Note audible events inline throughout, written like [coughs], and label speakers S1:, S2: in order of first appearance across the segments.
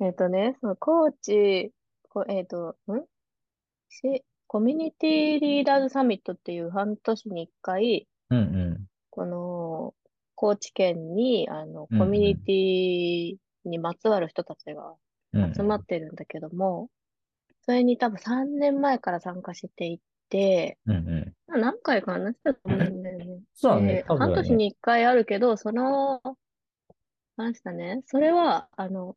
S1: えっとね、そのコーチ、こ、えっと、んし、コミュニティリーダーズサミットっていう半年に一回、
S2: うんう
S1: この、高知県に、あの、
S2: ん。う
S1: コミュニ
S2: ん
S1: ティにまつわる人たちが
S2: うん。う
S1: 集まっ
S2: ん
S1: てるんだけども、それに多分3年前から参加していて、
S2: うん。うんうん。
S1: まあ何回か話したと思うんだよね。
S2: そうだね、
S1: で、
S2: 多
S1: 半
S2: 分
S1: 年
S2: ね。
S1: に一回あるけど、その、話したね、それは、あの、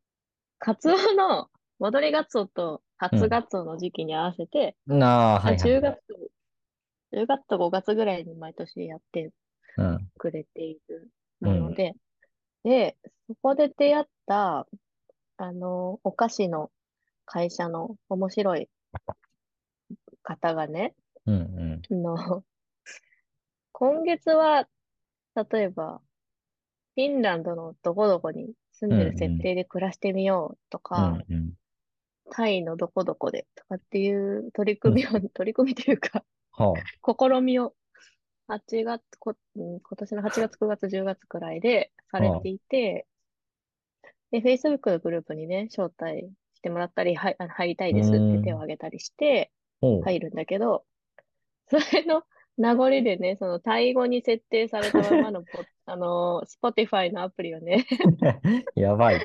S1: カツオの戻りガツオと
S2: う
S1: 初
S2: ん。
S1: ガツオの時期に合わせて、
S2: ああ、は
S1: まあ、
S2: いはい
S1: 10
S2: はい。
S1: 月、10月と5月ぐらいに毎年やって
S2: うん。
S1: くれている
S2: う
S1: もの
S2: ん。
S1: で、で、そこで出会った、あの、お菓子の会社の面白い方がね、
S2: うんうん。
S1: あの、今月は、例えば、フィンランドのどこどこに住
S2: うん
S1: で
S2: ん
S1: る設
S2: う
S1: 定で暮らしてみようと
S2: ん。う
S1: か、
S2: んうん。
S1: タイのどこどこでとかっていう取り
S2: う
S1: 組み
S2: ん。
S1: を、 [laughs] 取り組みというか、
S2: はあ。
S1: 試みを8月、こ、うん今年の8月、9月、10月くらいでされ
S2: は
S1: ていて、で、Facebook のグループにね、招待してもらったり、はい、あの入りたい
S2: あ。
S1: ですっ
S2: う
S1: て手を
S2: ん。
S1: 挙げたりして
S2: おう。
S1: 入るんだけど、 [laughs] それの名残でね、そのタイ語に設定されたままの [laughs] ポ、あのー、Spotify のアプリをね、 [laughs]
S2: やばい。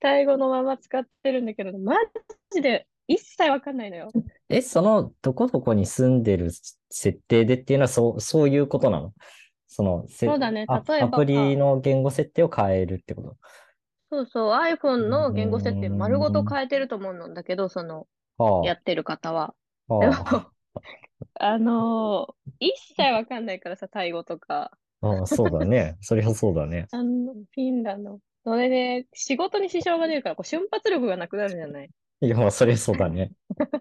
S1: タイ語のまま使ってるんだけど、マジで一切わかんないのよ。
S2: え、その、どこどこに住んでる設定でっていうのは、そう、そういうことなのその、
S1: そ
S2: せ、
S1: うだね。
S2: ア、
S1: 例え
S2: アプ
S1: ば、
S2: リの言語設定を変えるってこと
S1: そうそう、iPhone の言語設定丸ごと
S2: う
S1: 変えてると思うんだけど、その、
S2: ーん。
S1: や
S2: は
S1: ってる方は。
S2: あ。
S1: でも、
S2: は
S1: [laughs]
S2: あ。
S1: あのー一切わかんないからさ、タイ語とか。
S2: ああ、そうだね。そりゃそうだね。
S1: あの、フィンランド。それで、仕事に支障が出るから、こう、瞬発力がなくなるじゃない。
S2: いや、まあ、そりゃそうだね。
S1: だか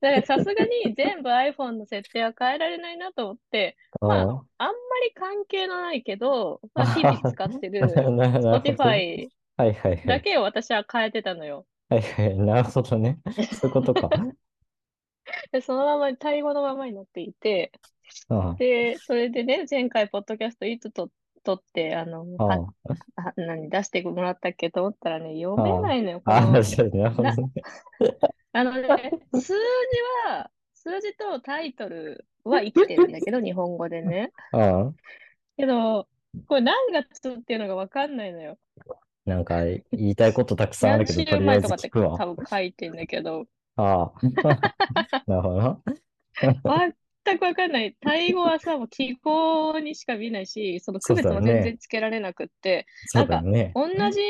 S1: らさすがに全部 iPhone の設定は変えられないなと思って、まあ、
S2: あ
S1: あんまり関係のないけど、まあ、日々
S2: あ。
S1: 使って
S2: [laughs] な、
S1: る
S2: ななるほどね。
S1: Spotify
S2: はいはいは
S1: だ
S2: い。
S1: けを私は変えてたのよ。
S2: はいはい。なるほどね。そういうこ
S1: [laughs]
S2: とか。
S1: で、そのまま、タイ語のままになっていて、
S2: あ
S1: で、それでね、前回、ポッドキャストいつと撮って、あの、は、
S2: あ。あ
S1: は、何、出してもらったっけと思ったらね、読め
S2: あ。
S1: ないのよ、こ
S2: ああ、
S1: の、
S2: そうなるほど
S1: な、
S2: ね。
S1: あのね、数字は、数字とタイトルは生きてるんだけど、日本語でね。
S2: ああ。
S1: けど、これ何月っていうのがわかんないのよ。
S2: なんか、言いたいことたくさんある
S1: 何
S2: けど、
S1: 週
S2: とりあ
S1: 前
S2: え
S1: と
S2: ず
S1: かっ
S2: 聞
S1: て
S2: くわ。
S1: 多分書いてんだけど、
S2: ああ。 [laughs] なるほどな。
S1: 全くわかんない。タイ語はさ、もう記号にしか見ないし、その
S2: そ
S1: 区
S2: う
S1: 別
S2: だ
S1: も全
S2: ね。
S1: 然つけられなくって、
S2: そ
S1: な
S2: うんだ
S1: か、
S2: ね。
S1: 同じ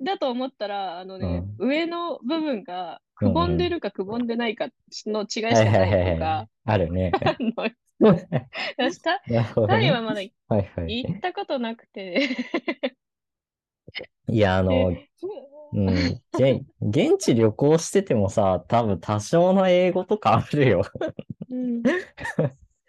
S1: だと思ったら、あの
S2: う
S1: ね、
S2: ん。
S1: 上の部分が
S2: う
S1: くぼ
S2: ん
S1: ん
S2: う
S1: で
S2: ん。
S1: るかくぼんでないかの違い
S2: は
S1: しか
S2: い
S1: な
S2: は
S1: いい
S2: はい
S1: と
S2: はい。
S1: か、
S2: ある [laughs] ね。
S1: あの、
S2: [laughs]
S1: 私タ、
S2: なるほど
S1: タイ
S2: ね。
S1: はまだ行
S2: はいはい。
S1: ったことなくて
S2: いや、あ
S1: で、
S2: の、うん。げ、現地旅行しててもさ、多分多少の英語とかあるよ。
S1: うん。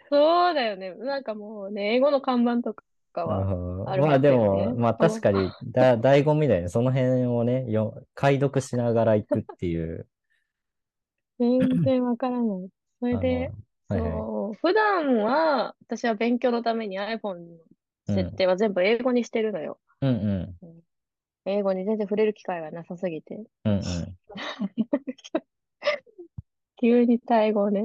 S1: そうだよね。なんかもうね、英語の看板とかは
S2: うん
S1: ある
S2: ま
S1: は
S2: あ
S1: ず
S2: で
S1: だよ
S2: も、
S1: ね。
S2: まあ確
S1: そう。
S2: かに、だ、醍醐味だよね。その辺をね、よ、解読しながら行くっていう。
S1: 全然わからない。それ
S2: あの、
S1: で、
S2: はいはい。
S1: そう、普段は、私は勉強のために iPhone の
S2: う
S1: 設
S2: ん。
S1: 定は全部英語にしてるのよ。
S2: うんうん。
S1: うん英語に全然触れる機会がなさすぎて。
S2: うん
S1: 急にタイ語を
S2: [laughs]
S1: ね。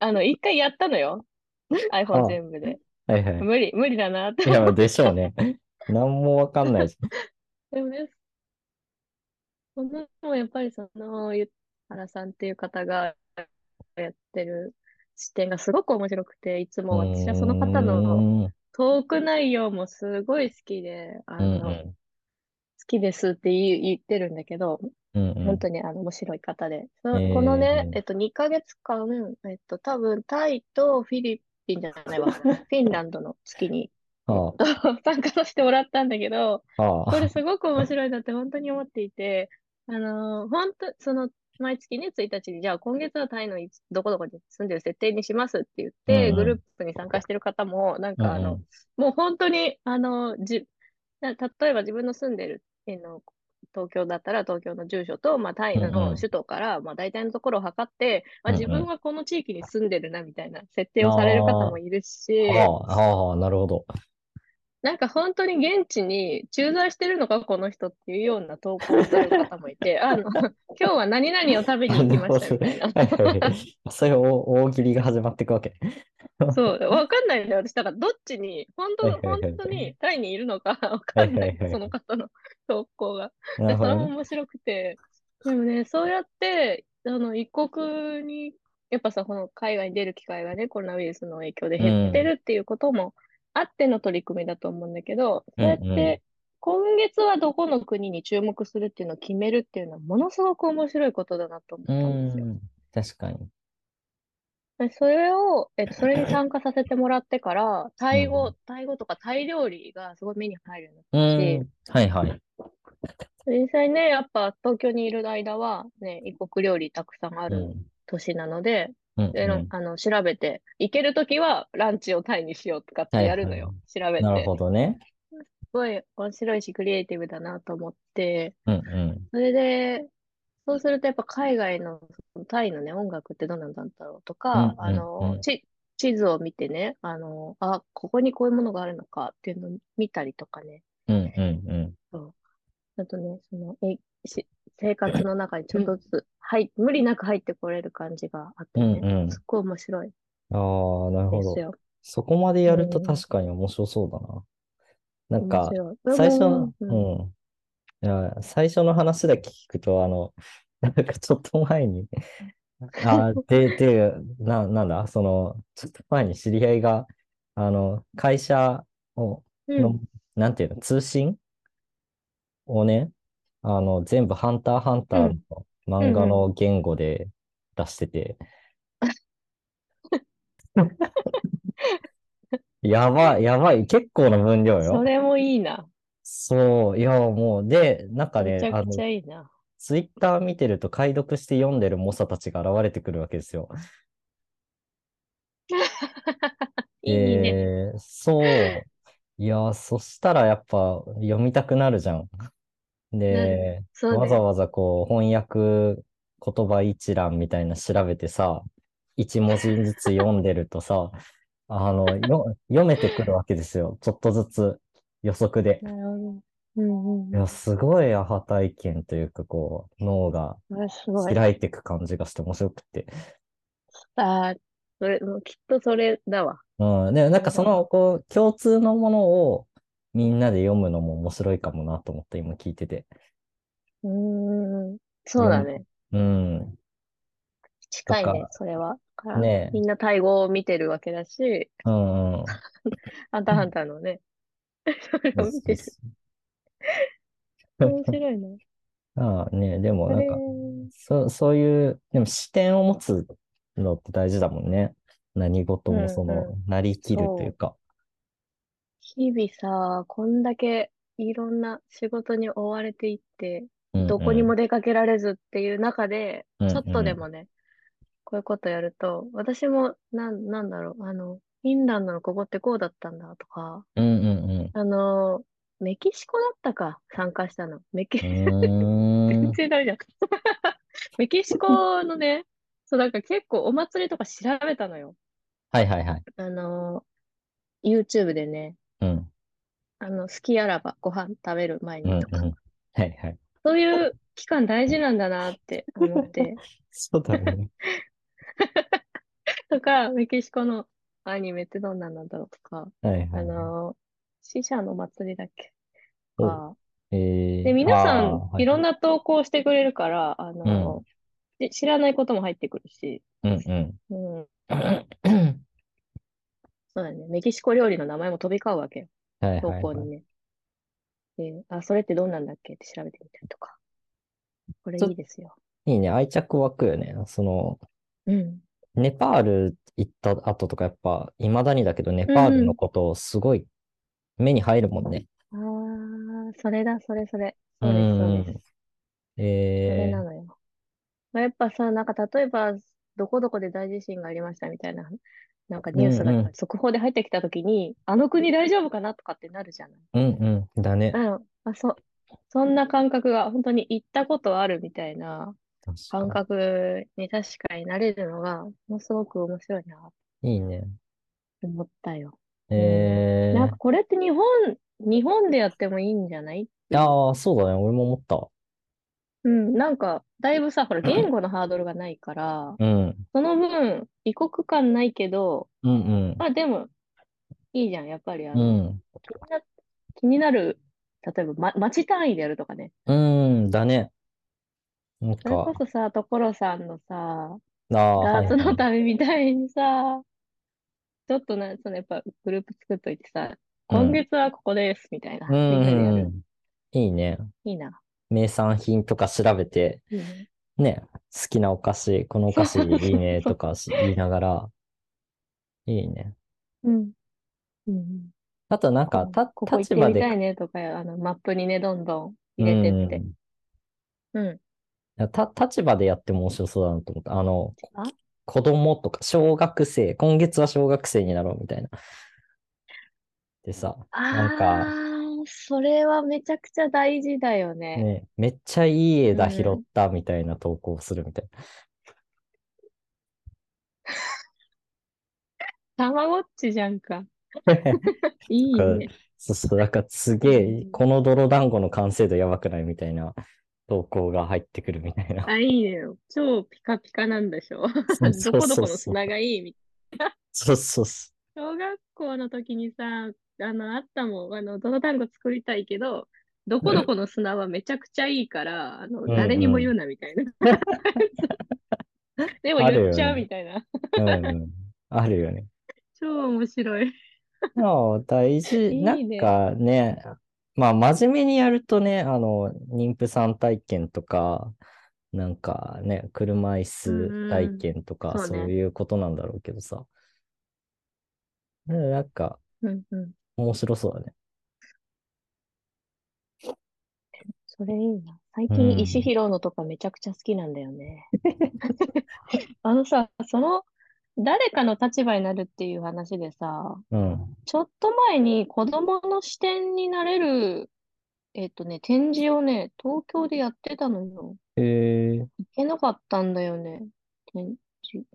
S1: あの、一回やったのよ。
S2: うん。
S1: iPhone
S2: あ
S1: 全部で。
S2: あ、はいはい。
S1: 無理、無理だなって
S2: いや、
S1: 思っ
S2: でしょう
S1: た。
S2: ね。 [laughs] なんもわかんないし。
S1: でもね、その、もやっぱりその、ゆ原さんっていう方が、やってる視点がすごく面白くて、いつ
S2: う
S1: [laughs] も私はその方の
S2: ーん。うん
S1: トーク内容もすごい好きで、
S2: う
S1: あの、好
S2: ん。
S1: きですって言い言ってるんだけど、
S2: うん
S1: 本
S2: う
S1: 当にあの面白い方で。
S2: ん。
S1: そこの
S2: え
S1: ね、え
S2: ー。
S1: っと、2ヶ月間、えっと、多分タイとフィリピンじゃない
S2: [laughs]
S1: わ、フィンランドの月に、 [laughs] えっ
S2: あ
S1: と、参加させてもらったんだけど、
S2: あ、
S1: これ
S2: あ
S1: すごく面白いなって [laughs] 本当に思っていて、あのー本当、その、毎月ね、1日に、じゃあ今月はタイのいつどこどこに住んでる設定にしますって言っ
S2: う
S1: て、
S2: ん
S1: グ
S2: う
S1: ルー
S2: ん。
S1: プに参加してる方も、なん
S2: うん
S1: かあ
S2: う
S1: の、
S2: ん。
S1: もう本当に、あの、じ、な例えば自分の住んでる、えーの、東京だったら東京の住所と、まあ、タ
S2: う
S1: イ
S2: んう
S1: の
S2: ん。
S1: 首都から、まあ、大体のところを測って、まあ、
S2: うん
S1: 自
S2: う
S1: 分
S2: ん。
S1: はこの地域に住んでるな、みたいな設定をされる方
S2: あ
S1: もいる
S2: あ、
S1: し、
S2: はあ、ああ、なるほど。 [laughs]
S1: なんか本当に現地に駐在してるのか、この人っていうような投稿をする方もいて、あ
S2: [laughs]
S1: の、今日は何々を食べに
S2: あ
S1: 行き
S2: な
S1: ま
S2: るほ
S1: した
S2: ど。
S1: みたいな。
S2: はいはいはい。そういう大大喜利が始まっていくわけ。
S1: そう、わかんないんだよ。私、だからどっちに、本
S2: はい
S1: 当、
S2: はい
S1: 本
S2: はい
S1: 当
S2: はい。
S1: にタイにいるのかわ
S2: は
S1: か
S2: い
S1: ん
S2: は
S1: ないい、
S2: は
S1: そ
S2: い。
S1: の方の投稿が。
S2: な
S1: で、
S2: るほ
S1: それ
S2: ど
S1: も [laughs]
S2: ね。
S1: 面白くて。でもね、そうやって、あの、一国に、やっぱさ、この海外に出る機会がね、コロナウイルスの影響で
S2: う
S1: 減って
S2: ん。
S1: るっていうこともあっての取り組みだと思うんだけど、
S2: う
S1: そうんやっ
S2: うん。
S1: て、今月はどこの国に注目するっていうのを決めるっていうのは、ものすごく面白いことだなと思ったんですよ。
S2: うん。確かに。
S1: でそれを、えっと、それに参加させてもらってから、
S2: う
S1: タイ語、
S2: ん。
S1: タイ語とかタイ料理がすごい目に入るようになっ
S2: う
S1: た
S2: ん。
S1: し、
S2: はいはい。
S1: 実際ね、やっぱ東京にいる間は、ね、異国料理たくさんあ
S2: う
S1: る
S2: ん。
S1: 都市なので、
S2: うん
S1: で、
S2: う
S1: の
S2: ん。
S1: あの、調べて、行けるときはランチをタイにしようとかっ
S2: は
S1: て
S2: い
S1: やる
S2: は
S1: の
S2: い。
S1: よ。調べ
S2: なる
S1: て。
S2: ほどね。
S1: すごい面白いし、クリエイティブだなと思って、
S2: うんう
S1: それで、そうするとやっぱ海外の、そのタイのね、音楽ってどうなんだろうと
S2: ん。う
S1: か、
S2: ん
S1: あ
S2: うんう
S1: の、
S2: ん。
S1: ち、地図を見てね、あの、あ、ここにこういうものがあるのかっていうのを見たりとかね、
S2: うんうんうん。
S1: そう。あとね、その、え、し、生活の中にちょっとずつ、はい、無理なく入ってこれる感じがあっ
S2: う
S1: て
S2: ん
S1: ね、
S2: う
S1: す
S2: ん。
S1: っごい面白い
S2: ああ、なるほ
S1: です
S2: ど。
S1: よ。
S2: そこまでや
S1: う
S2: ると
S1: ん、
S2: 確かに面白そうだな。なん
S1: 面
S2: か、
S1: 白い。う
S2: 最初
S1: ん、
S2: の、
S1: うん、
S2: うん。いや、最初の話だけ聞くと、あの、 [laughs] なんかちょっと
S1: [laughs]
S2: 前に、あ、で、で、な、なんだ、その、ちょっと前に知り合いが、あの、会社を、
S1: うん。
S2: の、なんていうの、通信をね、あの、全部ハンターハン
S1: う
S2: ター
S1: ん、
S2: の
S1: う
S2: 漫
S1: ん、
S2: 画
S1: うん。
S2: の言語で出し
S1: [laughs]
S2: てて、やばい、やばい、結構な分量
S1: そ
S2: よ。
S1: れもいいな。
S2: そう、いや、もう、で、なんか
S1: め
S2: ね、
S1: ちゃ
S2: あ
S1: く
S2: の、
S1: ちゃいいな。
S2: ツイッター見てると解読して読んでる猛者たちが現れてくるわけですよ。
S1: いいね。
S2: で、そう。いや、そしたらやっぱ読みたくなるじゃん。
S1: なる。
S2: で、
S1: そう
S2: わ
S1: だ
S2: ざ
S1: よ。
S2: わざこう翻訳言葉一覧みたいな調べてさ、一文字ずつ読んでるとさ、 [laughs] あの、よ、読めてくるわけですよ。ちょっとずつ予測で。
S1: なるほど。うん
S2: いうや、
S1: ん
S2: すごいアハ体験というか、こう、脳が
S1: うん。あ、すごい。
S2: 開いてく感じがして面白くて。
S1: あー、それ、もうきっとそれだわ。
S2: うん。で、なん
S1: な
S2: か
S1: る
S2: そ
S1: ほど。
S2: の、こう、共通のものをみんなで読むのも面白いかもなと思って今聞いてて。
S1: うーん。そう
S2: 読
S1: だ
S2: み、
S1: ね。
S2: うん。と
S1: 近いね、
S2: か、
S1: それは。から、み
S2: ね
S1: んなタイ語を見てるわけだし、
S2: え。うんうん。
S1: ハンターハンターのね、 [laughs] それ
S2: そう
S1: を見
S2: そう
S1: てる。
S2: そ
S1: 面
S2: う。
S1: 白いな。
S2: ああね、でも
S1: あ
S2: [laughs] なん
S1: れ、
S2: か、そう、そういう、でも視点を持つのって大事だもんね。何事
S1: う
S2: も
S1: ん
S2: その、
S1: うん。
S2: なりきるという
S1: そう。
S2: か。
S1: 日々さ、こんだけいろんな仕事に追われていって、
S2: うん
S1: どこに
S2: う
S1: も出かけられずっていう中で、
S2: ん。
S1: ちょっと
S2: う
S1: で
S2: ん
S1: もね、こういうことやると、私も、なん、なんだろう、あの、フィンランドのここってこうだったんだとか、
S2: うん。うんうん
S1: あの、メキシコだったか、参加したの。メキ、
S2: うん。
S1: 全 [laughs]
S2: うーん。
S1: 然ダメじゃん。メキシコのね、そう、なんか結構お祭りとか調べたのよ。
S2: はいはいはい。
S1: あの、YouTube でね、
S2: うん。
S1: あの、好きあらばご飯食べる前
S2: うん
S1: にと
S2: う
S1: か、
S2: ん。はいはい。
S1: そういう期間大事なんだなって思って、
S2: そうだね。
S1: とか、メキシコのアニメってどんなんなんだろうとか、
S2: はいは
S1: あ
S2: いはい。
S1: の、死者の祭りだっけと
S2: お、
S1: か、
S2: え
S1: で、
S2: えあ
S1: 皆さ
S2: あ、
S1: ん
S2: はい
S1: い
S2: は
S1: ろん
S2: い。
S1: な投稿してくれるから、あ
S2: うん、
S1: の、で知らないことも入ってくるし、
S2: うん、うん。
S1: [coughs] うん、そうだね。メキシコ料理の名前も飛び交うわけよ。
S2: はい
S1: 投
S2: はい
S1: 稿
S2: は
S1: に
S2: い。
S1: ね。で、あ、それってどうなんだっけって調べてみたりとか。これ
S2: ちょっ
S1: いい
S2: と
S1: ですよ。
S2: いいね、愛着湧くよね。その、
S1: うん。
S2: ネパール行った後とかやっぱ、未だにだけど、ネ
S1: う
S2: パール
S1: ん
S2: の
S1: う
S2: ことをすごい目に入るもんね。
S1: ん。ああ、それだ、それそれ。
S2: う
S1: そうです、そうで
S2: ん。
S1: す。それ
S2: え
S1: な
S2: ー、
S1: のよ。まあ、やっぱさ、なんか例えば、どこどこで大地震がありましたみたいな、なんか
S2: う
S1: ニュースが
S2: んうん、
S1: 速報で入ってきたときに、あの国大丈夫かなとかってなるじゃない。
S2: うんうん、だね。
S1: うん。あ、そう。そんな感覚が、本当に行ったことあるみたいな
S2: 確
S1: 感
S2: か
S1: 覚に確かになれるのが、ものすごく面白いなと
S2: に。いいね。
S1: 思ったよ。うん。
S2: え
S1: なん
S2: え
S1: かこれって日本、日本でやってもいいんじゃないって
S2: ー。
S1: いう。
S2: ああ、そうだね。俺も思った。
S1: うん、なんか、だいぶさ、ほら、言語のハードルがないから、
S2: うん。
S1: その分、異国感ないけど、
S2: うん
S1: まあでも、いいじゃん。やっぱり、あ
S2: う
S1: の、
S2: ん。
S1: 気にな、気になる、例えば、ま、町単位でやるとかね。
S2: うん。うん。だね。なん
S1: それこそ
S2: か、
S1: さ、所さんのさ、
S2: ああ、
S1: ダ
S2: は
S1: ー
S2: い
S1: ツ
S2: は
S1: の
S2: い。
S1: 旅みたいにさ、ちょっとな、そのやっぱグループ作っといてさ、
S2: う
S1: 今
S2: ん。
S1: 月はここですみたいうな、みんなでや
S2: んうんう
S1: る。
S2: ん。いいね。
S1: いいな。
S2: 名産品とか調べて、
S1: いいね。
S2: ね、好きなお菓子、このお
S1: そ
S2: 菓
S1: う
S2: 子
S1: そ
S2: いうい
S1: そう
S2: ね
S1: [laughs] そ
S2: と
S1: う。
S2: かし言いながら、いいね。
S1: うん。うん。
S2: あとなんか、
S1: こう、
S2: た、
S1: ここ行っ
S2: 立
S1: て
S2: 場
S1: み
S2: で、
S1: たいねとか、あの、マップにね、どんどん
S2: う
S1: 入れてって。
S2: ん。
S1: うん。
S2: た、立場でやっても面白そうだなと思った。あの、こ
S1: あ、
S2: 子供とか、小学生、今月は小学生になろうみたいな。でさ、なんか、
S1: あー、それはめちゃくちゃ大事だよね。
S2: ね、めっちゃいいう枝拾っ
S1: ん。
S2: たみたいな投稿するみたいな。
S1: たまごっちじゃんか。
S2: と
S1: いい
S2: か、
S1: ね。
S2: [laughs] そうそう、なんかす
S1: う
S2: げえ、
S1: ん。
S2: この泥団子の完成度やばくないみたいな投稿が入ってくるみ
S1: [laughs]
S2: たいな。
S1: あ、いいね。超ピカピカなんで
S2: [laughs]
S1: しょ
S2: そ
S1: ど
S2: うそう
S1: こどこ
S2: そう
S1: の
S2: そう。
S1: 砂がいいみ
S2: そうそうそ
S1: 小学校の時にさ、あの、あったもん、あの、泥団子作りたいけど、ど
S2: う。
S1: こどこの砂はめちゃくちゃいいから、あの、
S2: う
S1: 誰に
S2: ん
S1: も
S2: う。
S1: 言うんなみたいな。
S2: [laughs]
S1: でも
S2: あ
S1: 言
S2: る
S1: っ
S2: よ
S1: ちゃう
S2: ね。
S1: みたいな。
S2: うんうん。あるよね。
S1: 超面白い。
S2: ああ、大事、ない
S1: [laughs]
S2: ん
S1: いね。
S2: かね、まあ、真面目にやるとね、あの、妊婦さん体験とか、なんかね、車椅
S1: う
S2: 子
S1: んう
S2: 体
S1: ん。
S2: 験とか、
S1: そう
S2: そう
S1: ね。
S2: いうことなんだろうけどさ、ねなんか、
S1: うんうん。
S2: 面白そうだね。
S1: それいいな。最
S2: う
S1: 近石
S2: ん。
S1: 拾うのとかめちゃくちゃ好きなんだよ
S2: [laughs]
S1: ね。あのさ、その、誰かの立場になるっていう話でさ、
S2: うん。
S1: ちょっと前に子供の視点になれる、えっとね、展示をね、東京でやってたのよ。
S2: え
S1: 行けなかったんだよね。展示。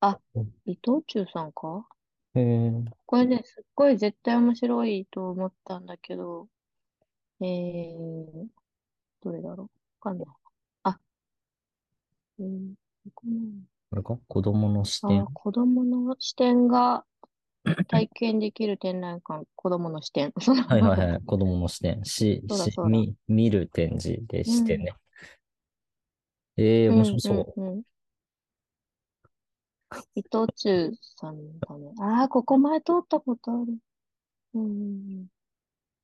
S1: あ、
S2: ー、
S1: 伊藤忠さんか
S2: えー、
S1: これね、すっごい絶対面白いと思ったんだけど、えー、どれだろう。わかんない。あ、えー、ここね
S2: これか子供の視
S1: あー、
S2: 点。
S1: 子供の視点が体験できる展覧館、子供の視点。 [laughs] その
S2: はい
S1: まん
S2: はい
S1: ま
S2: は
S1: だ。
S2: い。子供の視点。し、
S1: そうだ
S2: し、
S1: そうだ。
S2: み、見る展示で
S1: う
S2: 視点
S1: ん。
S2: ね。ええー、
S1: う
S2: 面
S1: ん
S2: 白
S1: うん
S2: そ
S1: うん。伊藤忠さんだね。ああ、ここ前通ったことある。うんうんうん。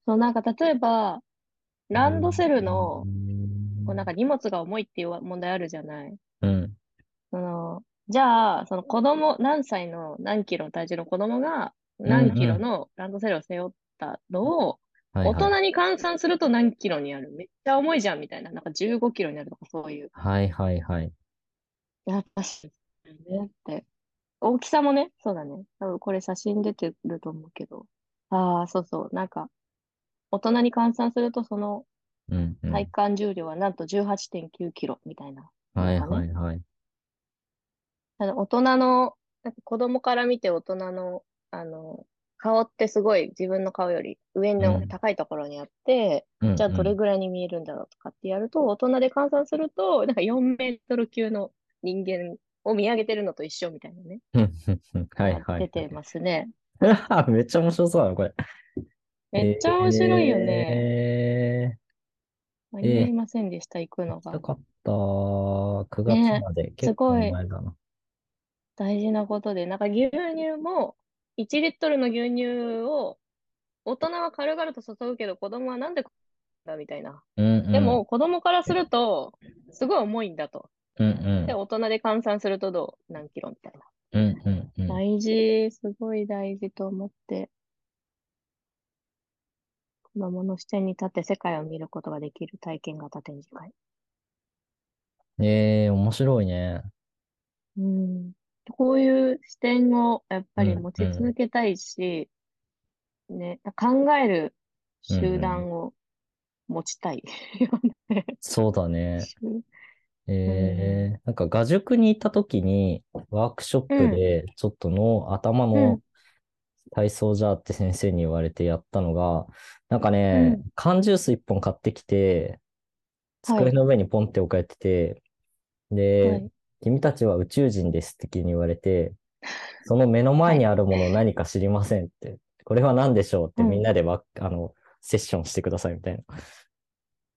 S1: そう、なんか例えば、
S2: う。
S1: ラ
S2: う
S1: ンド
S2: ん。
S1: セル
S2: う
S1: の、こうなんか
S2: ん。
S1: 荷物が重いっていう問題あるじゃない。
S2: うん
S1: その、じゃあ、その子供、何歳の何キロの体重の子供が
S2: う
S1: 何キロ
S2: ん。
S1: のランドセルを背負ったのを、
S2: はい
S1: 大
S2: はい。
S1: 人に換算すると何キロになるめっちゃ重いじゃんみたいな。なんか15キロになるとかそういう。
S2: はいはいはい。
S1: やっぱし、ねって。大きさもね、そうだね。多分これ写真出てると思うけど。ああ、そうそう。なんか、大人に換算するとその
S2: うんう
S1: 体
S2: ん。
S1: 感重量はなんと18.9キロみたいなの
S2: は
S1: と
S2: い
S1: か
S2: は
S1: ね。
S2: いはい。
S1: あの、大人の、なんか子供から見て大人の、あの、顔ってすごい自分の顔より上
S2: う
S1: の
S2: ん。
S1: 高いところにあって、
S2: うん
S1: じゃあどれ
S2: う
S1: ぐらいに見えるんだろうとかってやると、大人で換算すると、なんか4メートル級の人間を見上げてるのと一緒みたいなね、
S2: ん。ふんふんふん [laughs] は
S1: の
S2: い
S1: が
S2: はい
S1: 出てますね。
S2: はい。めっちゃ面白そうだな、これ。
S1: めっちゃ面白いよね。
S2: え
S1: 間
S2: ー、
S1: に合い
S2: え
S1: ませんでした、行く
S2: ー、行
S1: の
S2: きた
S1: が。
S2: かった。9月
S1: ねえ、
S2: まです結構
S1: ごい
S2: 前だな。
S1: 大事なことで、なんか牛乳も、1リットルの牛乳を、大人は軽々と注ぐけど、子供はなんでこうなんだみたいな。
S2: うん
S1: で
S2: う
S1: も、子供からすると、すごい重いんだと。
S2: ん。うん
S1: で、
S2: う
S1: 大人で換算するとどう何キロみたいな。
S2: ん。うんうんうん。
S1: 大事、すごい大事と思って、子供の視点に立って世界を見ることができる体験型展示会。
S2: ええ、面白いね。
S1: うん。こういう視点をやっ
S2: う
S1: ぱり
S2: ん、
S1: 持
S2: う
S1: ち続
S2: ん、
S1: けたいし、ね、考える
S2: うん、う
S1: 集
S2: ん。
S1: 団を持ちたいよね。
S2: そうだね。
S1: うん。
S2: ええ、なんか、画塾に行った時に、ワークショッ
S1: う
S2: プ
S1: ん。
S2: で、ちょっとの頭
S1: う
S2: の
S1: ん。
S2: 体操じゃあって先生に言われてやったのが、なんか
S1: う
S2: ね、
S1: ん。
S2: 缶ジュース一本買ってきて、
S1: は
S2: 机
S1: い。
S2: の上にポンって置かれてて、
S1: は
S2: で、
S1: い。
S2: 君たちは宇宙人ですって急に言われて、その目の
S1: は
S2: 前に
S1: い。
S2: あるもの何か知りませんって、これは何でしょうって
S1: う
S2: みん
S1: ん。
S2: なでわ、あの、セッションしてくださいみたいな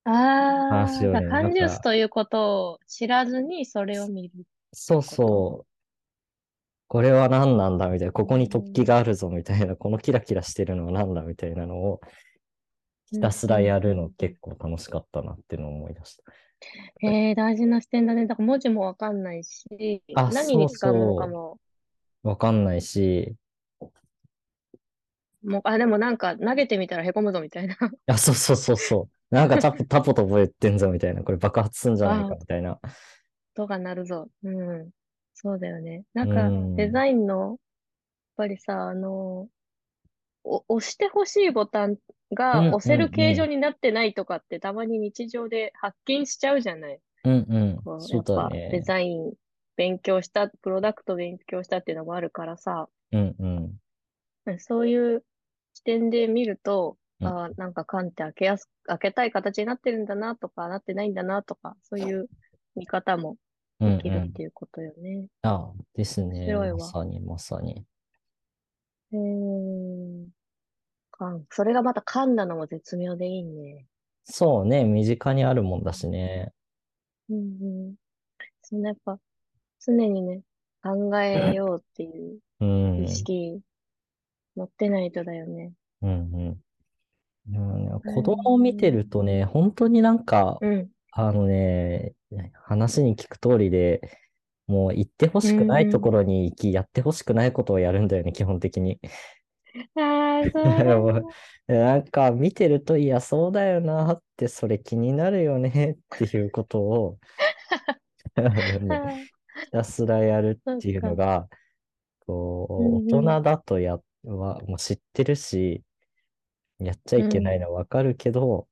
S1: あ
S2: 話
S1: あ、
S2: を
S1: だから
S2: ね、な
S1: 缶
S2: ん
S1: ジュース
S2: か、
S1: ということを知らずにそれを見るって
S2: そう
S1: ことね。
S2: そう、これは何なんだみたいな、
S1: う
S2: ここに突起
S1: ん。
S2: があるぞみたいな、このキラキラしてるのは何だみたいなのを
S1: う
S2: ひた
S1: ん、
S2: す
S1: う
S2: ら
S1: ん、
S2: や
S1: う
S2: るの
S1: ん。
S2: 結構楽しかったなっていうのを思い出した。
S1: えー、大事な視点だね。だから文字もわかんないし、
S2: あ、
S1: 何
S2: そう
S1: に使うものか
S2: そ
S1: も。
S2: う、わかんないし、
S1: もう、あ、でもなんか投げてみたらへこむぞみたいな。
S2: あ、そうそうそうそう、なんかタ
S1: [laughs]
S2: ポタポと言ってんぞみたいな、これ爆発すんじゃない
S1: あ
S2: か
S1: あ、
S2: みたいな。
S1: 音が鳴るぞ。うん。そうだよね。な
S2: うん
S1: かデ
S2: ん、
S1: ザインの、やっぱりさ、あの、お、押してほしいボタン
S2: う
S1: が
S2: ん、
S1: 押
S2: う
S1: せる
S2: ん、う
S1: 形状
S2: ん、
S1: になってないとかってたまに日常で発見しちゃうじゃない。
S2: うん、うん、
S1: こう、
S2: そ
S1: や
S2: う
S1: っ
S2: だ
S1: ぱデ
S2: ね。
S1: ザイン勉強した、プロダクト勉強したっていうのもあるからさ、
S2: うん、うん、
S1: うんそういう視点で見ると、
S2: うん、
S1: あー、なんか缶って開けやす、開けたい形になってるんだなとか、なってないんだなとか、そういう見方も
S2: う
S1: で
S2: ん、う
S1: きるってい
S2: ん。
S1: うことよね。
S2: あ、です
S1: 面
S2: ね。
S1: 白い
S2: ま
S1: わ。
S2: さに、まさに。
S1: えー、缶。それがまた缶なのも絶妙でいいね。
S2: そうね、身近にあるもんだし
S1: うん
S2: ね。
S1: うん。うんそのやっぱ、常にね、考えようっていう
S2: う
S1: 意
S2: ん、
S1: 識持ってないとだよね。
S2: うん、うん。うんね
S1: う
S2: 子供を見て
S1: ん。
S2: るとね、本当になんか、
S1: うん。
S2: あのね、話に聞く通りで、もう行ってほ
S1: う
S2: しくないと
S1: ん
S2: ころに行き、やってほしくないことをやるんだよね、基本的に。
S1: うん。ああ、そう
S2: だ
S1: だ
S2: か
S1: ね。
S2: らもうなんか見てると、いや、そうだよなって、それ気になるよねっていうこ
S1: [laughs]
S2: とを、あの
S1: あ
S2: ね、
S1: あ、
S2: ひたすらやる
S1: そ
S2: っ
S1: う
S2: ていうの
S1: か。
S2: が、
S1: う
S2: こう、大
S1: んう
S2: 人だとや、は、もう知ってるし、やっちゃ
S1: ん。
S2: いけないの
S1: う
S2: はわかるけど、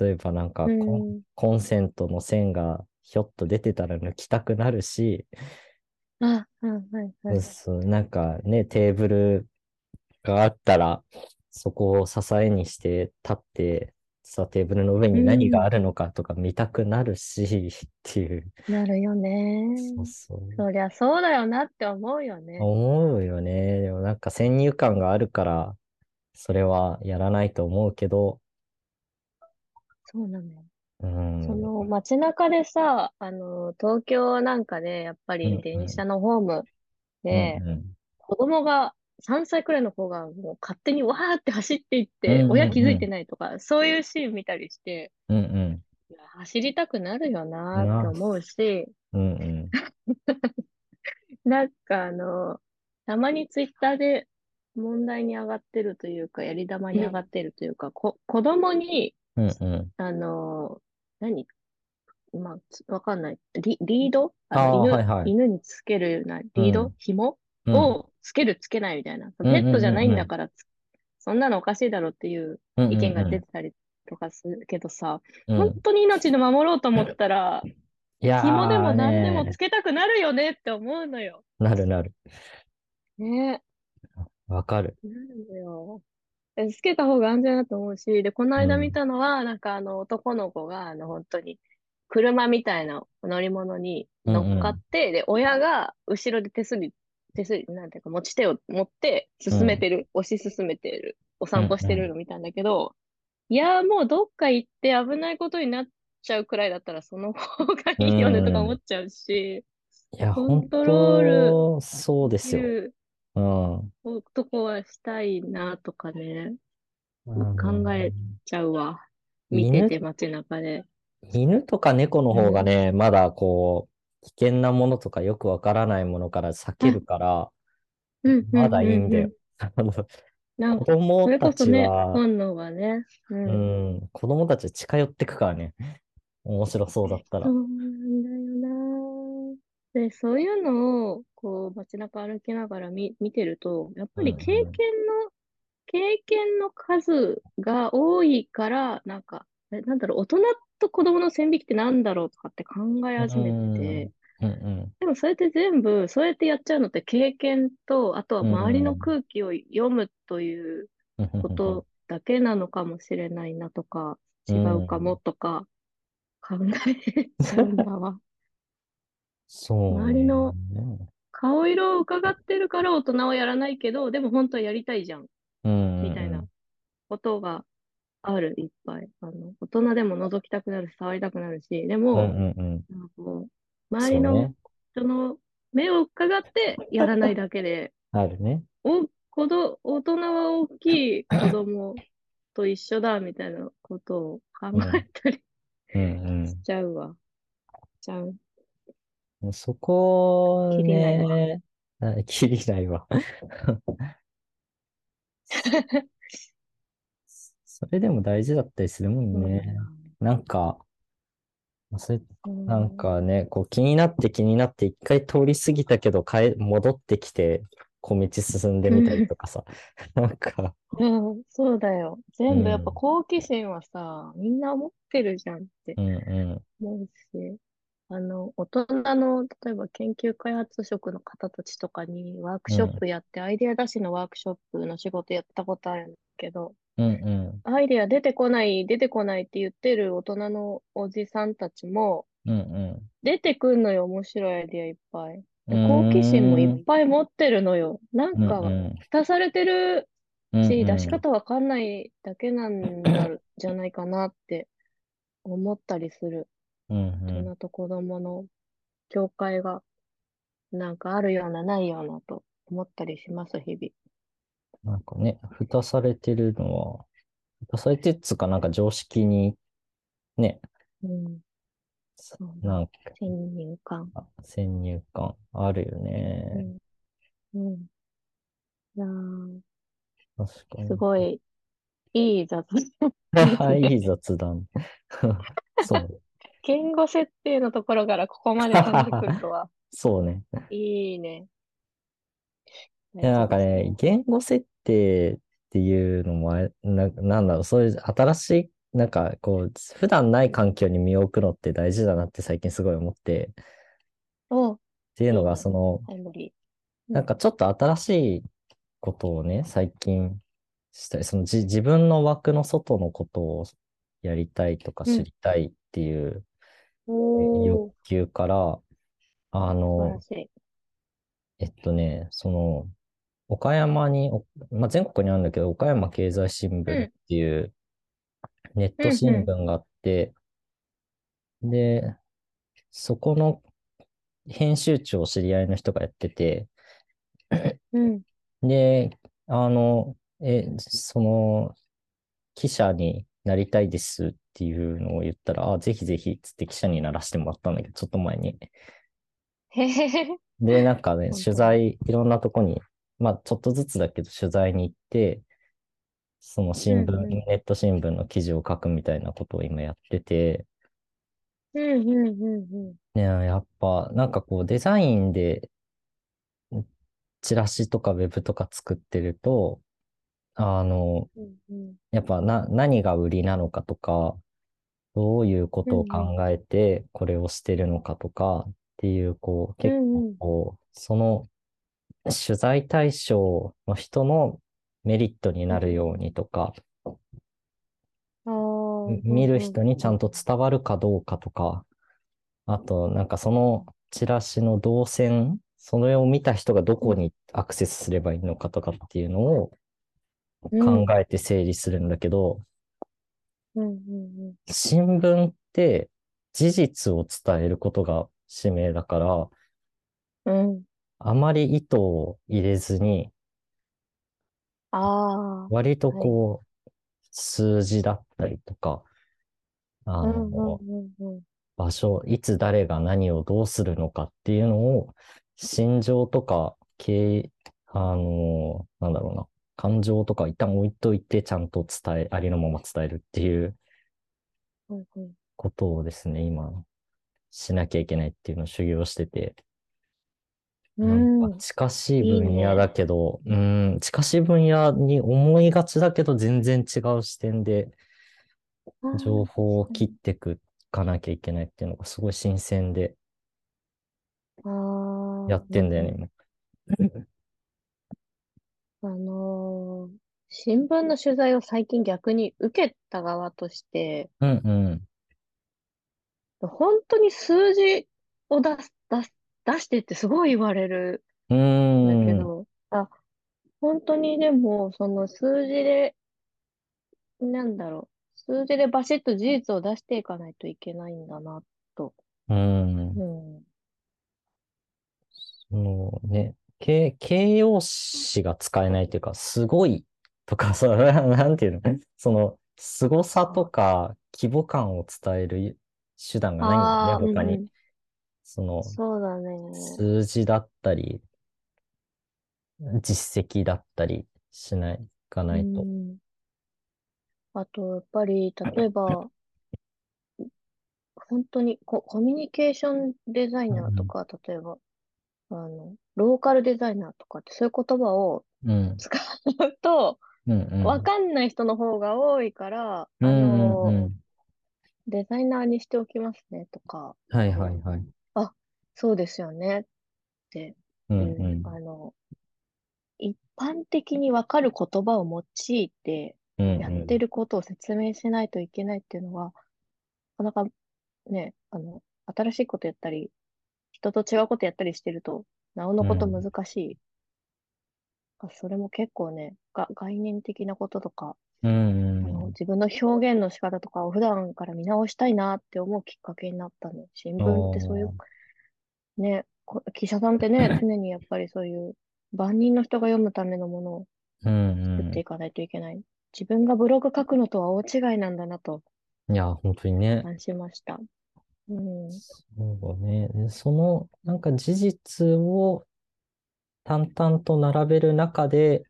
S2: 例えばなんかコン、
S1: ん。うん。
S2: コンセントの線がひょっと出てたら抜きたくなるし、
S1: あ、うん、はい、は
S2: うっ
S1: い。
S2: す、なんかね、テーブルがあったら、そこを支えにして立って、さ、テーブルの上
S1: う
S2: に何があ
S1: ん。
S2: るのかとか見たくなるし、っていう。
S1: なるよ
S2: そう
S1: ね。
S2: そう。
S1: そりゃそうだよなって思うよね。
S2: 思うよね。でもなんか先入観があるから、それはやらないと思うけど、
S1: そうなのよ。
S2: う
S1: そ
S2: ん、うん、
S1: の街中でさ、あの、東京なんかね、やっぱ
S2: う
S1: り
S2: ん、
S1: 電
S2: う
S1: 車のホーム
S2: ん、う
S1: で、
S2: ん。
S1: 子供が、3歳くらいの子がもう勝手にわーって走っていっ
S2: う
S1: て、
S2: ん、
S1: 親
S2: う
S1: 気
S2: ん、
S1: づ
S2: う
S1: いて
S2: ん、
S1: ないとか、そういうシーン見たりして、
S2: うん、うん。
S1: いや走りたくなるよなーって
S2: な、
S1: 思うし、
S2: うん、うん。
S1: なんかあの、たまにツイッターで問題に上がってるというか、やり玉に上がってるというか、こ、子供に、
S2: うん、うん。
S1: あの、何まあ、つわかんない。リ、リード [laughs] あ
S2: あ
S1: の、
S2: あ、は
S1: 犬、
S2: い、はい。
S1: 犬につけるような
S2: う
S1: リード
S2: ん、
S1: 紐
S2: うん、
S1: をつけるつけないみたいな。
S2: うん、
S1: ペッ
S2: う
S1: トじゃ
S2: ん、
S1: な
S2: う
S1: い
S2: ん、
S1: ん
S2: う
S1: だ
S2: ん、
S1: から、つそんなのおかしいだろうっていう
S2: うん、
S1: 意
S2: う
S1: 見が出
S2: ん、
S1: てたりとかするけどさ、
S2: う
S1: 本
S2: ん。
S1: 当に命の守ろうと思ったら、
S2: い
S1: 紐で
S2: や
S1: も
S2: ー
S1: 何でもつ
S2: ね、
S1: けたくなるよねって思うのよ。
S2: なるなる。
S1: ね
S2: わかる。
S1: え、なるのよ。えつけた方が安全だと思うし、で、この
S2: う
S1: 間見
S2: ん、
S1: たのは、なんかあの男の子が、あの本当に、車みたいな乗り物に
S2: う
S1: 乗
S2: ん、
S1: っ
S2: う
S1: かっ
S2: ん、
S1: て、で、親が後ろで手すり、手すり、なんていうか持ち手を持って
S2: う
S1: 進め
S2: ん、
S1: てる、押し進めてる、お
S2: うん、
S1: 散歩し
S2: う
S1: てる
S2: ん。
S1: の見たんだけど、いやーもうどっか行って危ないことになっちゃうくらいだったらその方が
S2: う
S1: いいよねとか思
S2: ん
S1: っちゃうし、
S2: いや、
S1: コン
S2: 本
S1: トロール
S2: 当、そうですよ。
S1: いう
S2: うん。
S1: とこはしたいなとかね。
S2: あの、
S1: 考えちゃうわ。見て
S2: 犬、
S1: て街中で。
S2: 犬とか猫の
S1: う
S2: 方が
S1: ん。
S2: ね、まだこう、危険なものとかよくわからないものから避け
S1: あ、
S2: るから、
S1: うんう
S2: ま
S1: ん
S2: だいいん
S1: うん
S2: だ
S1: う
S2: よ。
S1: ん。
S2: [laughs] あの、
S1: なん
S2: 子
S1: か、
S2: 供
S1: それ
S2: た
S1: こそ
S2: ち
S1: ね、
S2: は、
S1: 本能はね。う。
S2: うんん、子供たちは近寄ってくからね。面白そうだった
S1: そ
S2: ら。
S1: うなんだよな。で、そういうのを、こう、街中歩きながら見、見てると、やっ
S2: う
S1: ぱり経
S2: んうん。
S1: 験の、経験の数が多いから、なんか、えなんだろう、大人と子供の線引きってなんだろうとかって考え
S2: う
S1: 始め
S2: ん。
S1: て、
S2: うんう
S1: でもそれって全部、そうやってやっちゃうのって経験と、あとは
S2: ん。
S1: 周りの
S2: うん
S1: 空気を読むという
S2: うんう
S1: こ
S2: んうん
S1: とだけなのかもしれないなとか、
S2: う
S1: 違
S2: ん。う
S1: うかも
S2: ん
S1: とか考えちゃうんだ
S2: [laughs]
S1: わ。
S2: そう
S1: 周り
S2: ね。
S1: の顔色を伺ってるから大人はやらないけど、でも本当はやりたいじゃん、
S2: うん
S1: み
S2: う
S1: たい
S2: んう。
S1: なんことがある、いっぱい。あの、大人でも覗きたくなるし、触りたくなるし、で
S2: う
S1: も、
S2: んうんうん。
S1: なんかこう、周
S2: そ
S1: り
S2: う
S1: の
S2: ね。
S1: 人の目を伺ってやらないだけで、
S2: あるね。
S1: お、子ど、大人は大き
S2: [laughs]
S1: い子供と一緒だ、みたいなことを考
S2: うん。
S1: えたり
S2: うん
S1: し
S2: う
S1: ちゃうわ。しちゃう。
S2: ん。そこ
S1: きりないわ。
S2: ね、 [laughs] あきりな
S1: [laughs]
S2: いわ。それでも大事だったりするもん
S1: そうだよ
S2: ね。
S1: な。
S2: なんか、それ、
S1: う
S2: なん
S1: ん。
S2: かね、こう気になって気になって一回通り過ぎたけど、帰、戻ってきて、小道進んで
S1: う
S2: みたり
S1: ん
S2: とかさ。 [laughs] なんか、
S1: うん、そうだよ。
S2: う
S1: 全部やっぱ
S2: ん、
S1: 好奇心はさ、みんな持ってるじゃんって
S2: うん、う
S1: 思うし、あの、大人の、例えば研究開発職の方たちとかにワーク
S2: ん、
S1: ショッ
S2: う
S1: プやって、アイデア出しのワークショップの仕事やったことあるんだけど、
S2: ん、うん、うん、
S1: アイデア出てこない、出てこないって言ってる大人のおじさんたちも、
S2: うん、
S1: 出てくんのよ、面白いアイデアいっぱい。
S2: う
S1: で、好奇心もい
S2: ん、
S1: っ
S2: うーん
S1: ぱい持ってるのよ。なん
S2: うん、
S1: か、
S2: うん、
S1: 蓋されてる
S2: うん、
S1: し、出し
S2: うん。
S1: 方わかんないだけなんだろ、じゃないかなって思ったりする。
S2: うんう
S1: 大
S2: ん
S1: 人と子供の境界が、なんかあるような、ないようなと思ったりします、日々。
S2: なんかね、蓋されてるのは、蓋されてっつうかなんか常識にね、
S1: うん、
S2: さ
S1: そうね。
S2: なんか
S1: 先入観。
S2: 先入観あるよ
S1: う
S2: ね。
S1: ん、うん。いやー、
S2: 確か
S1: す
S2: に。 [laughs]
S1: ごい、いい雑談です
S2: いい
S1: ね。
S2: 雑談。 [laughs] そう。
S1: 言語設定のところからここまで考えてくるとは、
S2: そうね。
S1: いいね。
S2: [laughs] い
S1: 大
S2: や、な
S1: 事
S2: んか
S1: です
S2: ね、
S1: ね。
S2: 言語設定っていうのもあれ、な、なんだろう、そういう新しい、なんかこう、普段ない環境に身を置くのって大事だなって最近すごい思って、っ
S1: お、
S2: ていうの
S1: いい
S2: が、
S1: ね。
S2: その、
S1: タイムリー。う
S2: なん
S1: ん。
S2: かちょっと新しいことをね、最近したい。そのじ、自分の枠の外のことをやりたいとか
S1: う
S2: 知
S1: ん。
S2: りたいっていう欲
S1: おー、
S2: 求から、
S1: 素晴
S2: あ
S1: ら
S2: の、
S1: しい。
S2: えっとね、その、岡山に、おまあ、全国にあるんだけど、岡山経済新
S1: う
S2: 聞っ
S1: ん、
S2: ていうネッ
S1: う
S2: ト
S1: ん、
S2: 新
S1: う
S2: 聞があって、で、そこの編集長を知り合いの人がやってて、
S1: ん、うん、
S2: で、あの、え、その、記者になりたいですっていうのを言ったら、あ、ぜひぜひっつって記者にならしてもらったんだけど、ちょっと前に。
S1: へへへ。
S2: で、なんかね、
S1: 本
S2: 取
S1: 当に。
S2: 材、いろんなとこに、まあ、ちょっとずつだけど、取材に行って、その
S1: う
S2: 新聞、
S1: ん、うん、
S2: ネット新聞の記事を書くみたいなことを今やってて、
S1: うん、うん、うん、
S2: ね、やっぱ、なんかこう、デザインで、チラシとかウェブとか作ってると、あの、
S1: うん、うん、
S2: やっぱな、何が売りなのかとか、どういうこ
S1: うん、
S2: とを
S1: うん、
S2: 考えてこれをしてるのかとかっていう、こう、
S1: う
S2: 結
S1: ん、
S2: 構
S1: うん、
S2: こう、その取材対象の人のメリットに
S1: う、
S2: なんるようにとか、
S1: ああー、う
S2: 見
S1: ん、
S2: る
S1: うん、
S2: 人にち
S1: う
S2: ゃ
S1: ん。
S2: んと伝わるかどうかとか、あと、なんかそのチラシの動線、それを見た人がど
S1: う
S2: こ
S1: ん、
S2: にアクセスすればいいのかとかっていうのを
S1: うん、
S2: 考えて整理するんだけど、
S1: うん、うん、
S2: 新聞って事実を伝えることが使命だか
S1: う
S2: ら、
S1: ん。
S2: あまり意図を入れずに、
S1: ああ
S2: 割と
S1: ー、はい。
S2: こう、数字だったりとか、あ
S1: うん、う
S2: の、
S1: ん、うん、うん。
S2: 場所、いつ誰が何をどうするのかっていうのを、心情とか、経営、あの、なんだろうな、感情とか一旦置いといて、ちゃんと伝え、ありのまま伝えるっていう
S1: はいはい。
S2: ことをですね、今、しなきゃいけないっていうのを修行してて、
S1: う
S2: なんか
S1: ん、
S2: 近しい
S1: いい
S2: 分野だ
S1: ね。
S2: けど、うん、近しい分野に思いがちだけど、全然違う視点で
S1: ああ、
S2: 情報を
S1: 確か
S2: 切っ
S1: に。
S2: ていかなきゃいけないっていうのがすごい新鮮で。
S1: ああ、う
S2: やってんだよね、
S1: ん
S2: 今。
S1: あのー新聞の取材を最近逆に受けた側として、
S2: うんうん。
S1: 本当に数字を出す、出す、出してってすごい言われる
S2: う
S1: だ
S2: ん
S1: け
S2: ーん。
S1: ど、あ、本当にでも、その数字で、なんだろう、数字でバシッと事実を出していかないといけないんだな、と。
S2: うー。
S1: うんん。
S2: そのね、形、形容詞が使えないというか、すごいとか、 [laughs] その、なんていうの、その、凄さとか規模感を伝える手段がないんだよね、
S1: ああー、う
S2: 他
S1: んう
S2: に。
S1: ん。
S2: その、
S1: そうだね。
S2: 数字だったり、実績だったりしない、か
S1: う
S2: ないと。
S1: ん。あと、やっぱり、例えば、本当にコ、コミュニケーションデザイ
S2: う
S1: ナーと
S2: ん
S1: か、例えば、あの、ローカルデザイナーとかって、そういう言葉を
S2: うん、
S1: 使うと、
S2: うん、
S1: わ
S2: う
S1: かんない人の方が多いから、
S2: ん、う
S1: あ
S2: ん、うん、
S1: の、
S2: うん。
S1: デザイナーにしておきますね、とか、
S2: はい、
S1: う
S2: はい、
S1: ん。
S2: はい。
S1: あ、そうですよね、って
S2: う
S1: い
S2: ん、う
S1: う、あ
S2: ん、
S1: の、一般的にわかる言葉を用いて、
S2: うん、
S1: やっ
S2: う
S1: て
S2: ん。
S1: ることを説明しないといけないっていうのは、なかなかね、あの、新しいことやったり、人と違うことやったりしてると、なおの
S2: う
S1: こと
S2: ん
S1: 難しい。あそれも結構ね、が、概念的なこととか、
S2: うん
S1: あの、
S2: う
S1: 自分の表現の仕方とかを普段から見直したいなって思うきっかけになったね。新
S2: ん。
S1: 聞ってそういう、
S2: おー
S1: ね、こ記者さんってね、常にやっぱりそういう万人の人が読むためのものを
S2: うん
S1: 作っ
S2: う
S1: ていかないといけない。自分がブログ書くのとは大違いなんだなと
S2: ん。いや、本当にね。
S1: 感じました。うん。
S2: そうね。でその、なんか事実を淡々と並べる中で、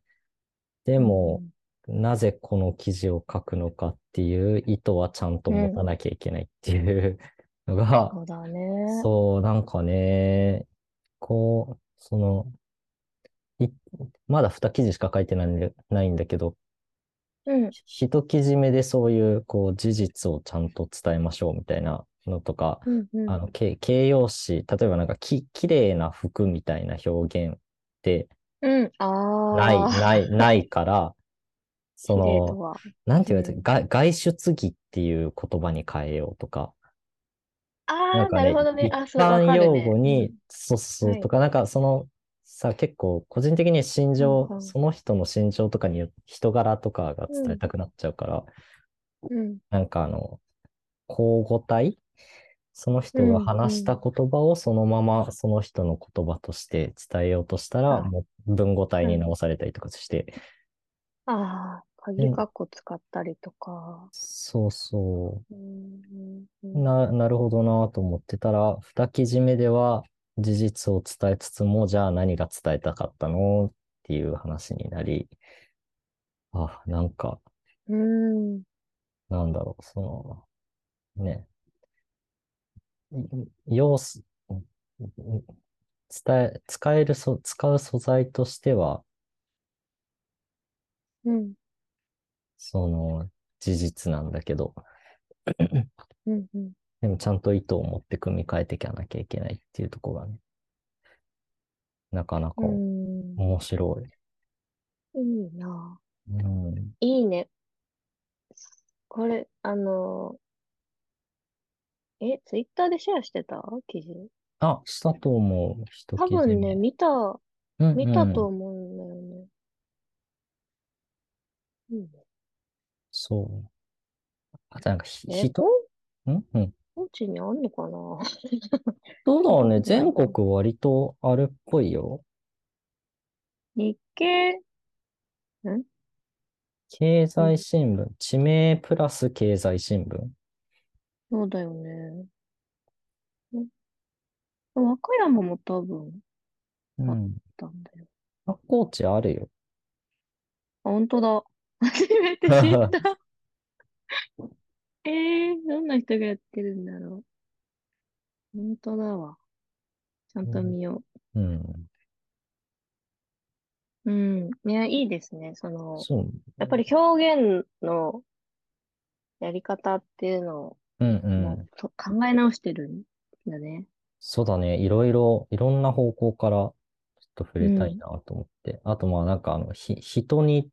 S2: で
S1: う
S2: も、
S1: ん
S2: なぜこの記事を書くのかっていう意図はちゃんと
S1: うん。
S2: 持
S1: う
S2: た
S1: ん。
S2: なきゃいけないっていうのが、
S1: そうだね。
S2: そう、なんかね、こう、その、い、まだ2記事しか書いてないんで、ないんだけど、
S1: うん。
S2: 一記事目でそういう、こう、事実をちゃんと伝えましょうみたいなのとか、
S1: うんう
S2: あ
S1: ん。
S2: の、け形容詞、例えばなんか、き、綺麗な服みたいな表現って
S1: うん。
S2: ない、
S1: あ
S2: な
S1: あ、
S2: い、ないから、そ
S1: 綺麗と
S2: の、
S1: は。
S2: なんて
S1: う
S2: 言われて、
S1: ん。
S2: 外、外出着っていう言葉に変えようとか、な
S1: あ
S2: ん
S1: あ、
S2: か
S1: なる
S2: ね、
S1: ほどね。
S2: 一
S1: あ、そう、わ
S2: 般
S1: かる
S2: 用語
S1: ね。う
S2: に、
S1: ん。
S2: そうそう
S1: は
S2: と
S1: い。
S2: か、なんかその、さ、結構、個人的に心
S1: うん
S2: 情、
S1: うん。
S2: その人の心情とかによ、人柄とかが
S1: う
S2: 伝え
S1: ん。
S2: たくなっちゃうから、
S1: うん。
S2: なんかあの、口語体その
S1: う
S2: 人が
S1: ん。う
S2: 話した
S1: ん。
S2: 言葉をそのままその人の言葉として伝えようとしたら、
S1: あ、
S2: もう文語体
S1: は
S2: に
S1: い。
S2: 直されたりとかして、
S1: ああ、
S2: で
S1: 鍵括弧使ったりとか。
S2: そうそう
S1: ーん。う
S2: う、
S1: ん。
S2: な、なるほどなと思ってたら、二記事目では事実を伝えつつも、じゃあ何が伝えたかったのっていう話になり、あ、なんか、
S1: うん。
S2: なんだろう、その、ね、要素、伝え、使えるそ、使う素材としては、
S1: うん。
S2: その、事実なんだけど、
S1: うん。うん。
S2: でもちゃんと意図を持って組み替えていかなきゃいけないっていうところがね、なかな
S1: う
S2: か
S1: ん
S2: 面白い。
S1: いいな。
S2: うん。
S1: いいね。これ、あの、え、ツイッターでシェアしてた記事
S2: あ、したと思う。一
S1: 多
S2: 記事
S1: 分ね、
S2: 目。
S1: 見た、
S2: う
S1: 見た
S2: んう
S1: と
S2: ん。
S1: 思うんだよね。いいね。
S2: そう。あとなんかひ、
S1: え、
S2: 人、
S1: こ
S2: んうん。
S1: 高知にあんのかな [laughs]
S2: どうだ
S1: 聞い
S2: ろ
S1: た
S2: うね。
S1: ことない
S2: 全
S1: かな。
S2: 国割とあるっぽいよ。
S1: 日経、ん
S2: 経
S1: に
S2: 済新聞。地名プラス経済新聞。
S1: そうだよね。ん和歌山も多分
S2: う
S1: あっ
S2: ん。
S1: たんだよ。
S2: あ、高知あるよ。
S1: あ、本当だ。 [laughs] 初めて知った。 [laughs] えー、どんな人がやってるんだろう。本当だわ。ちゃんと見よ
S2: うん。
S1: う。うん。いや、いいですね。その、
S2: そう。
S1: やっぱり表現のやり方っていうのを、
S2: うん
S1: も
S2: う
S1: う、そ考え直してるんだね。
S2: そうだね。いろいろ、いろんな方向からちょっと触
S1: う
S2: れたい
S1: ん。
S2: なと思って。あと、まあ、なんか、あの、ひ、人に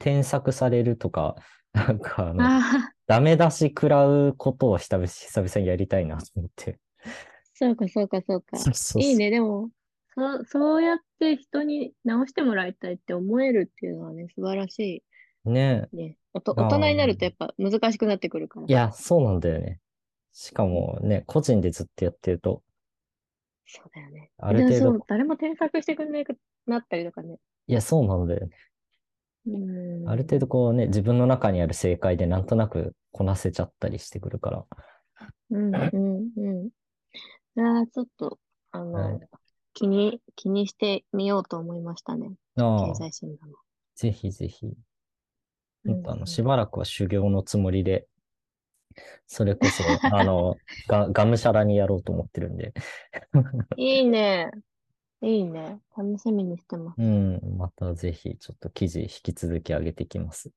S2: 添削されるとか、 [laughs] なんか、あの、
S1: ああ、
S2: ダメ出し食らうことを久々久々にやりたいなと思って。
S1: [laughs] そうか、そうか、そうか。
S2: そうそう
S1: いい
S2: [laughs] そ
S1: ね。でも、そう、そうやって人に直してもらいたいって思えるっていうのはね、素晴らし
S2: う。ね
S1: いね。おと、
S2: え。
S1: 大人
S2: あ
S1: になる
S2: ー
S1: とやっぱ難しくなってくるから
S2: い
S1: さ。
S2: や、そうなんだよね。しか
S1: うん
S2: もね、個人でずっとやってると、
S1: そうだよね。
S2: ある
S1: で、
S2: 程
S1: そ
S2: 度、
S1: う、誰も添削してくれなくなったりとかね。
S2: いや、そうなんだよね。
S1: うー
S2: ある程度
S1: ん。
S2: こうね、自分の中にある正解でなんとなくこなせちゃったりしてくるから。
S1: うん、うん、うん。ああ、ちょっと、あ
S2: はい。
S1: の、気に、気にしてみようと思いましたね。経
S2: ああ、
S1: 済新聞も。
S2: ぜひぜひ。
S1: う
S2: ほん
S1: ん、
S2: とあの、
S1: う
S2: し
S1: ん。
S2: ばらくは修行のつもりで、そ
S1: [laughs]
S2: れこそ、あの、が、がむしゃらにやろうと思ってるんで。
S1: いいね。いいね。楽しみにしてます。
S2: うん、またぜひ、ちょっと記事引き続き上げていきます。